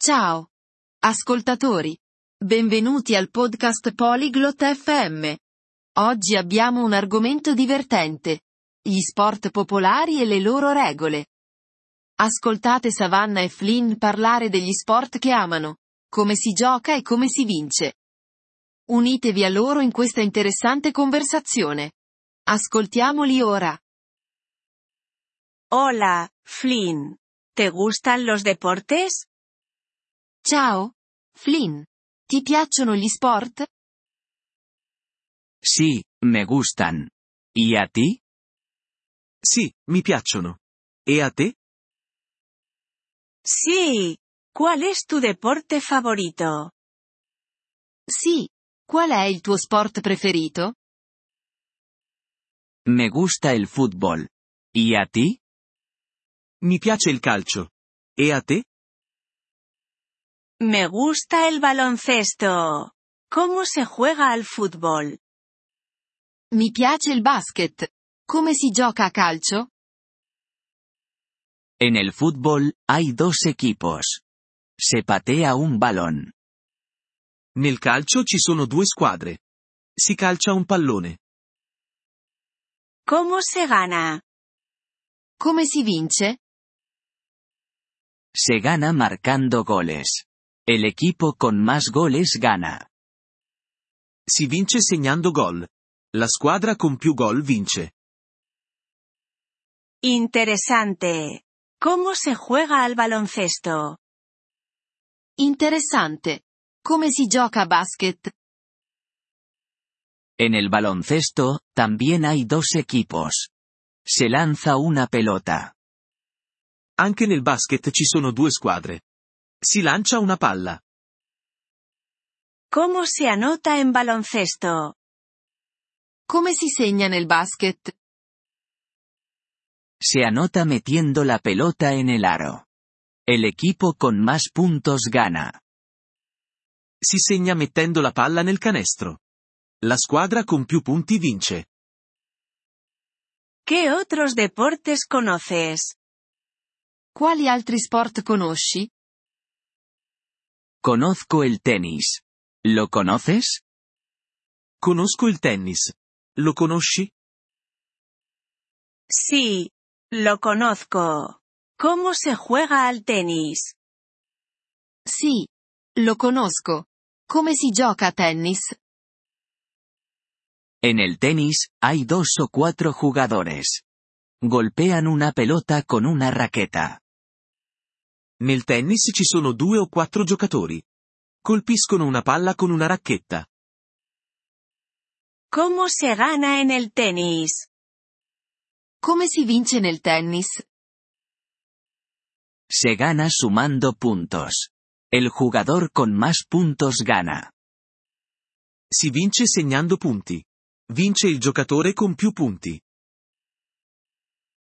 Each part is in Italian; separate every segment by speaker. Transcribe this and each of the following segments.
Speaker 1: Ciao! Ascoltatori! Benvenuti al podcast Polyglot FM. Oggi abbiamo un argomento divertente. Gli sport popolari e le loro regole. Ascoltate Savannah e Flynn parlare degli sport che amano, come si gioca e come si vince. Unitevi a loro in questa interessante conversazione. Ascoltiamoli ora.
Speaker 2: Hola, Flynn. ¿Te gustan los deportes?
Speaker 1: Ciao! Flynn! Ti piacciono gli sport?
Speaker 3: Sí, me gustan. ¿Y a ti?
Speaker 4: Sì, mi piacciono. E a te?
Speaker 2: Sí. ¿Cuál es tu deporte favorito?
Speaker 1: Sì. Qual è il tuo sport preferito?
Speaker 3: Me gusta el fútbol. ¿Y a ti?
Speaker 4: Mi piace il calcio. E a te?
Speaker 2: Me gusta el baloncesto. ¿Cómo se juega al fútbol?
Speaker 1: Mi piace il basket. Come si gioca a calcio?
Speaker 3: En el fútbol, hay dos equipos. Se patea un balón.
Speaker 4: Nel calcio ci sono due squadre. Si calcia un pallone.
Speaker 2: ¿Cómo se gana?
Speaker 1: Come si vince?
Speaker 3: Se gana marcando goles. El equipo con más goles gana.
Speaker 4: Si vince segnando gol. La squadra con più gol vince.
Speaker 2: Interesante. ¿Cómo se juega al baloncesto?
Speaker 1: Interessante. Come si gioca a basket?
Speaker 3: En el baloncesto, también hay dos equipos. Se lanza una pelota.
Speaker 4: Anche nel basket ci sono due squadre. Si lancia una palla.
Speaker 2: ¿Cómo se anota en baloncesto?
Speaker 1: Come si segna nel basket?
Speaker 3: Se anota metiendo la pelota en el aro. El equipo con más puntos gana.
Speaker 4: Si segna mettendo la palla nel canestro. La squadra con più punti vince.
Speaker 2: ¿Qué otros deportes conoces?
Speaker 1: Quali altri sport conosci?
Speaker 3: Conozco el tenis. ¿Lo conoces?
Speaker 4: Conosco il tennis. Lo conosci?
Speaker 2: Sí. Lo conozco. ¿Cómo se juega al tenis?
Speaker 1: Sì. Lo conosco. Come si gioca a tennis?
Speaker 3: En el tenis, hay dos o cuatro jugadores. Golpean una pelota con una raqueta.
Speaker 4: Nel tennis ci sono due o quattro giocatori. Colpiscono una palla con una racchetta.
Speaker 2: ¿Cómo se gana en el tenis?
Speaker 1: Come si vince nel tennis?
Speaker 3: Se gana sumando puntos. El jugador con más puntos gana.
Speaker 4: Si vince segnando punti. Vince il giocatore con più punti.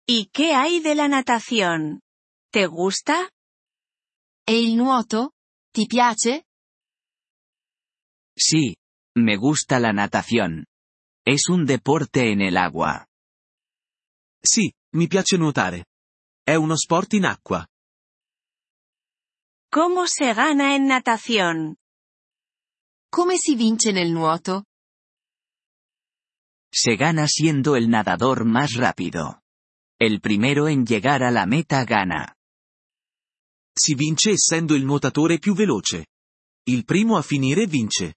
Speaker 2: ¿Y qué hay de la natación? ¿Te gusta?
Speaker 1: E il nuoto? Ti piace?
Speaker 3: Sí, me gusta la natación. Es un deporte en el agua.
Speaker 4: Sì, mi piace nuotare. È uno sport in acqua.
Speaker 2: ¿Cómo se gana en natación?
Speaker 1: Come si vince nel nuoto?
Speaker 3: Se gana siendo el nadador más rápido. El primero en llegar a la meta gana.
Speaker 4: Si vince essendo il nuotatore più veloce. Il primo a finire vince.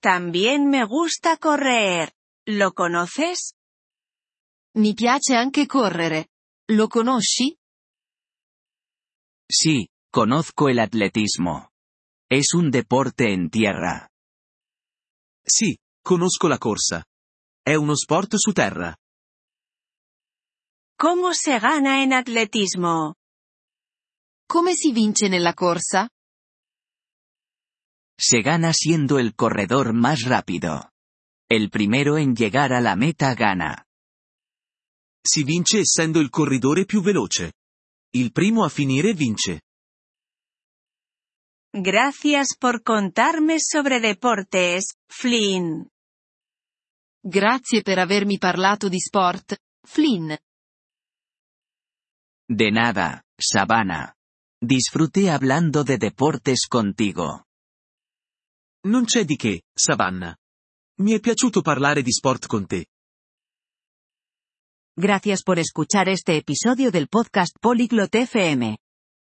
Speaker 2: También me gusta correr. ¿Lo conoces?
Speaker 1: Mi piace anche correre. Lo conosci?
Speaker 3: Sí, conozco el atletismo. Es un deporte en tierra.
Speaker 4: Sì, conosco la corsa. È uno sport su terra.
Speaker 2: ¿Cómo se gana en atletismo?
Speaker 1: Come si vince nella corsa?
Speaker 3: Se gana siendo el corredor más rápido. El primero en llegar a la meta gana.
Speaker 4: Si vince essendo il corridore più veloce. Il primo a finire vince.
Speaker 2: Gracias por contarme sobre deportes, Flynn.
Speaker 1: Grazie per avermi parlato di sport, Flynn.
Speaker 3: De nada, Sabana.
Speaker 5: Disfruté hablando de deportes contigo.
Speaker 3: Non c'è di che, Savanna. Mi è piaciuto parlare di sport con te.
Speaker 2: Gracias por escuchar este episodio del podcast Polyglot FM.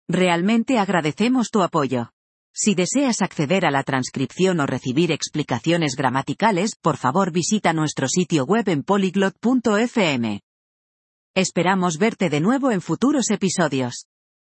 Speaker 2: Realmente agradecemos tu apoyo. Si deseas acceder a la transcripción o recibir explicaciones gramaticales, por favor visita nuestro sitio web en polyglot.fm. Esperamos verte de nuevo en futuros episodios.